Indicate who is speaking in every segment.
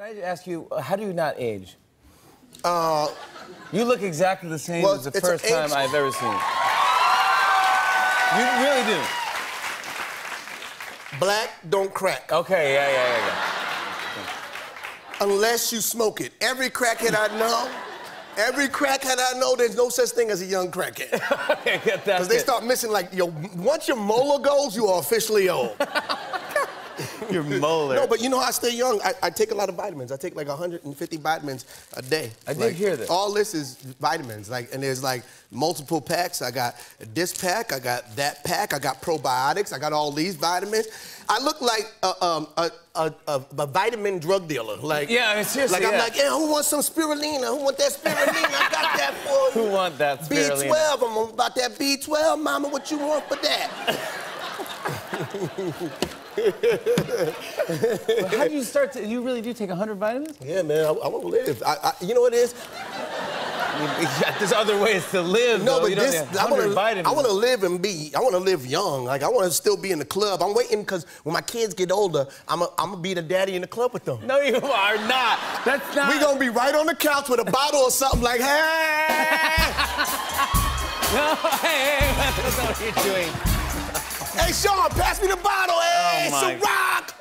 Speaker 1: I ask you, uh, how do you not age? you look exactly the same
Speaker 2: Uh, well,
Speaker 1: as the
Speaker 2: it's an
Speaker 1: first time
Speaker 2: age-
Speaker 1: I've ever seen you. You really do.
Speaker 2: Black don't crack uh,
Speaker 1: Okay, yeah, yeah, yeah. yeah.
Speaker 2: unless you smoke it. Every crackhead I know, every crackhead I know, there's no such thing as a young crackhead.
Speaker 1: Okay, get that.
Speaker 2: Because they start missing like yo. Once your molar goes, you are officially old.
Speaker 1: your molar.
Speaker 2: No, but you know I stay young. I, I take a lot of vitamins. I take like 150 vitamins a day.
Speaker 1: I did
Speaker 2: Like,
Speaker 1: hear this.
Speaker 2: All this is vitamins. Like, and there's like multiple packs. I got this pack. I got that pack. I got probiotics. I got all these vitamins. I look like a um, a, a, a, a vitamin drug dealer. Like
Speaker 1: Yeah, I mean, seriously,
Speaker 2: Like I'm
Speaker 1: yeah.
Speaker 2: like, yeah, who wants some spirulina? Who want that spirulina? I got that for you.
Speaker 1: Who want that spirulina?
Speaker 2: B12. I'm about that B12, Mama. What you want for that?
Speaker 1: How do you start to? You really do take 100 vitamins?
Speaker 2: Yeah, man, I, I want to live. I, I, you know what it is?
Speaker 1: There's other ways to live.
Speaker 2: No,
Speaker 1: though.
Speaker 2: but
Speaker 1: you
Speaker 2: this,
Speaker 1: don't need
Speaker 2: I
Speaker 1: 100
Speaker 2: want
Speaker 1: vitamins.
Speaker 2: to. I want to live and be. I want to live young. Like I want to still be in the club. I'm waiting because when my kids get older, I'm a, I'm gonna be the daddy in the club with them.
Speaker 1: No, you are not. That's not.
Speaker 2: We gonna be right on the couch with a bottle or something like, hey,
Speaker 1: No, hey, hey, that's not what you're doing.
Speaker 2: hey, Sean, pass me the bottle. Hey,
Speaker 1: Oh,
Speaker 2: it's a
Speaker 1: my.
Speaker 2: rock.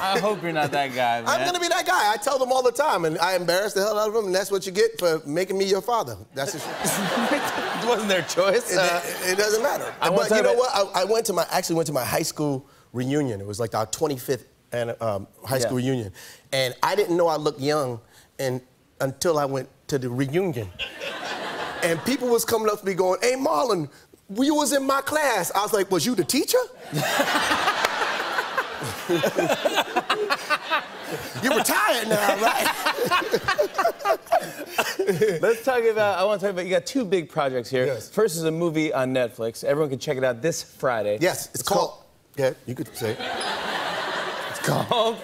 Speaker 1: I hope you're not that guy, man.
Speaker 2: I'm gonna be that guy. I tell them all the time, and I embarrass the hell out of them, and that's what you get for making me your father. That's just.
Speaker 1: it wasn't their choice.
Speaker 2: It,
Speaker 1: Uh,
Speaker 2: it doesn't matter.
Speaker 1: I
Speaker 2: but
Speaker 1: want to
Speaker 2: you know
Speaker 1: have
Speaker 2: what? I, I went to my actually went to my high school reunion. It was like our 25th and, um, high
Speaker 1: Yeah.
Speaker 2: school reunion, and I didn't know I looked young, and until I went to the reunion, and people was coming up to me going, "Hey, Marlon." You was in my class. I was like, was you the teacher? You're retired now, right?
Speaker 1: let's talk about. I want to talk about. You got two big projects here.
Speaker 2: Yes.
Speaker 1: First is a movie on Netflix. Everyone can check it out this Friday.
Speaker 2: yes, it's, called. Yeah, you could say. it.
Speaker 1: Called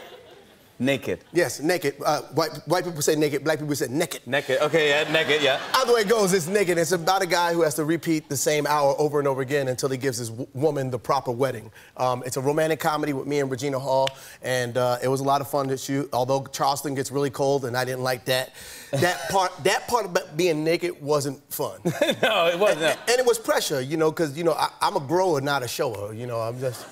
Speaker 1: Naked.
Speaker 2: Yes, naked. Uh, white, white people say naked. Black people say naked.
Speaker 1: Naked. Okay, yeah, naked. Yeah.
Speaker 2: Either way it goes, it's naked. It's about a guy who has to repeat the same hour over and over again until he gives his w- woman the proper wedding. Um, it's a romantic comedy with me and Regina Hall, and uh, it was a lot of fun to shoot. Although Charleston gets really cold, and I didn't like that. That part, that part about being naked wasn't fun,
Speaker 1: no, it wasn't.
Speaker 2: and, and it was pressure, you know, because you know I, I'm a grower, not a shower. You know, I'm just.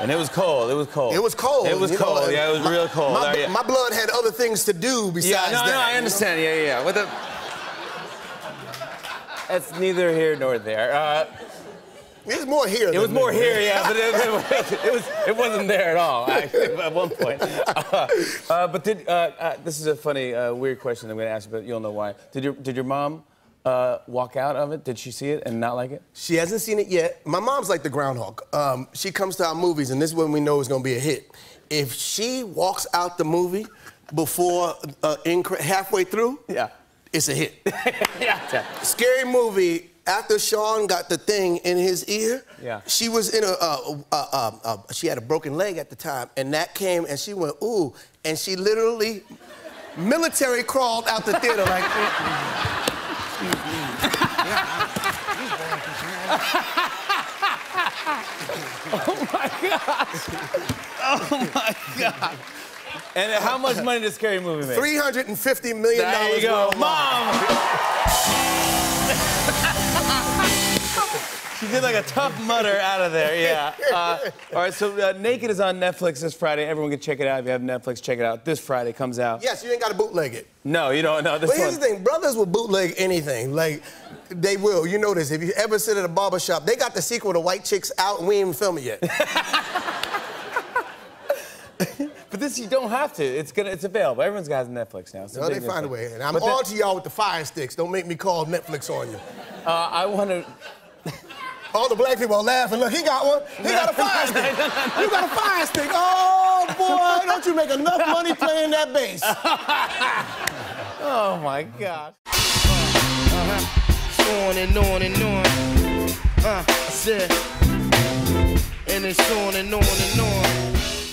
Speaker 1: And it was cold. It was cold.
Speaker 2: It was cold.
Speaker 1: It was
Speaker 2: you know,
Speaker 1: cold.
Speaker 2: and
Speaker 1: yeah, it was
Speaker 2: my-
Speaker 1: real cold.
Speaker 2: My,
Speaker 1: Oh, yeah.
Speaker 2: my blood had other things to do besides
Speaker 1: yeah, no,
Speaker 2: that.
Speaker 1: no, I
Speaker 2: you know?
Speaker 1: understand. Yeah, yeah. yeah. What the? That's neither here nor there. Uh,
Speaker 2: It's more here.
Speaker 1: It was more here, yeah, but it, it, was it wasn't there at all actually, at one point. Uh, uh, but did uh, uh, this is a funny, uh, weird question I'm going to ask you, but you'll know why. Did your did your mom uh, walk out of it? Did she see it and not like it?
Speaker 2: She hasn't seen it yet. My mom's like the groundhog. Um, she comes to our movies, and this is when we know it's gonna be a hit. If she walks out the movie before uh, incre- halfway through,
Speaker 1: Yeah.
Speaker 2: it's a hit.
Speaker 1: yeah.
Speaker 2: Scary movie. After Sean got the thing in his ear,
Speaker 1: Yeah.
Speaker 2: she was in a, uh, uh, uh, uh, she had a broken leg at the time, and that came, and she went ooh, and she literally military crawled out the theater like.
Speaker 1: Oh my god. Oh my god. And how much money did Scary Movie make?
Speaker 2: $350 million.
Speaker 1: There you go,
Speaker 2: worldwide.
Speaker 1: mom. She did like a tough mutter out of there, yeah. Uh, all right, so uh, Naked is on Netflix this Friday. Everyone can check it out. If you have Netflix, check it out. This Friday comes out.
Speaker 2: Yes, you ain't got to bootleg it.
Speaker 1: No, you don't know this
Speaker 2: But
Speaker 1: one.
Speaker 2: here's the thing, brothers will bootleg anything. Like, they will. You know this. If you ever sit at a barber shop, they got the sequel to White Chicks out, and we ain't even film it yet.
Speaker 1: But this you don't have to. It's gonna. It's available. Everyone's got Netflix now. So
Speaker 2: no, they
Speaker 1: big
Speaker 2: find a
Speaker 1: Netflix.
Speaker 2: way. And I'm
Speaker 1: But the-
Speaker 2: all to y'all with the fire sticks. Don't make me call Netflix on you.
Speaker 1: Uh, I want to.
Speaker 2: All the black people are laughing. Look, he got one. He got a fire stick. You got a fire stick. Oh, boy, don't you make enough money playing that bass.
Speaker 1: Oh my God.
Speaker 3: Uh-huh. on and on and on. Uh, I said, and it's on and on and on.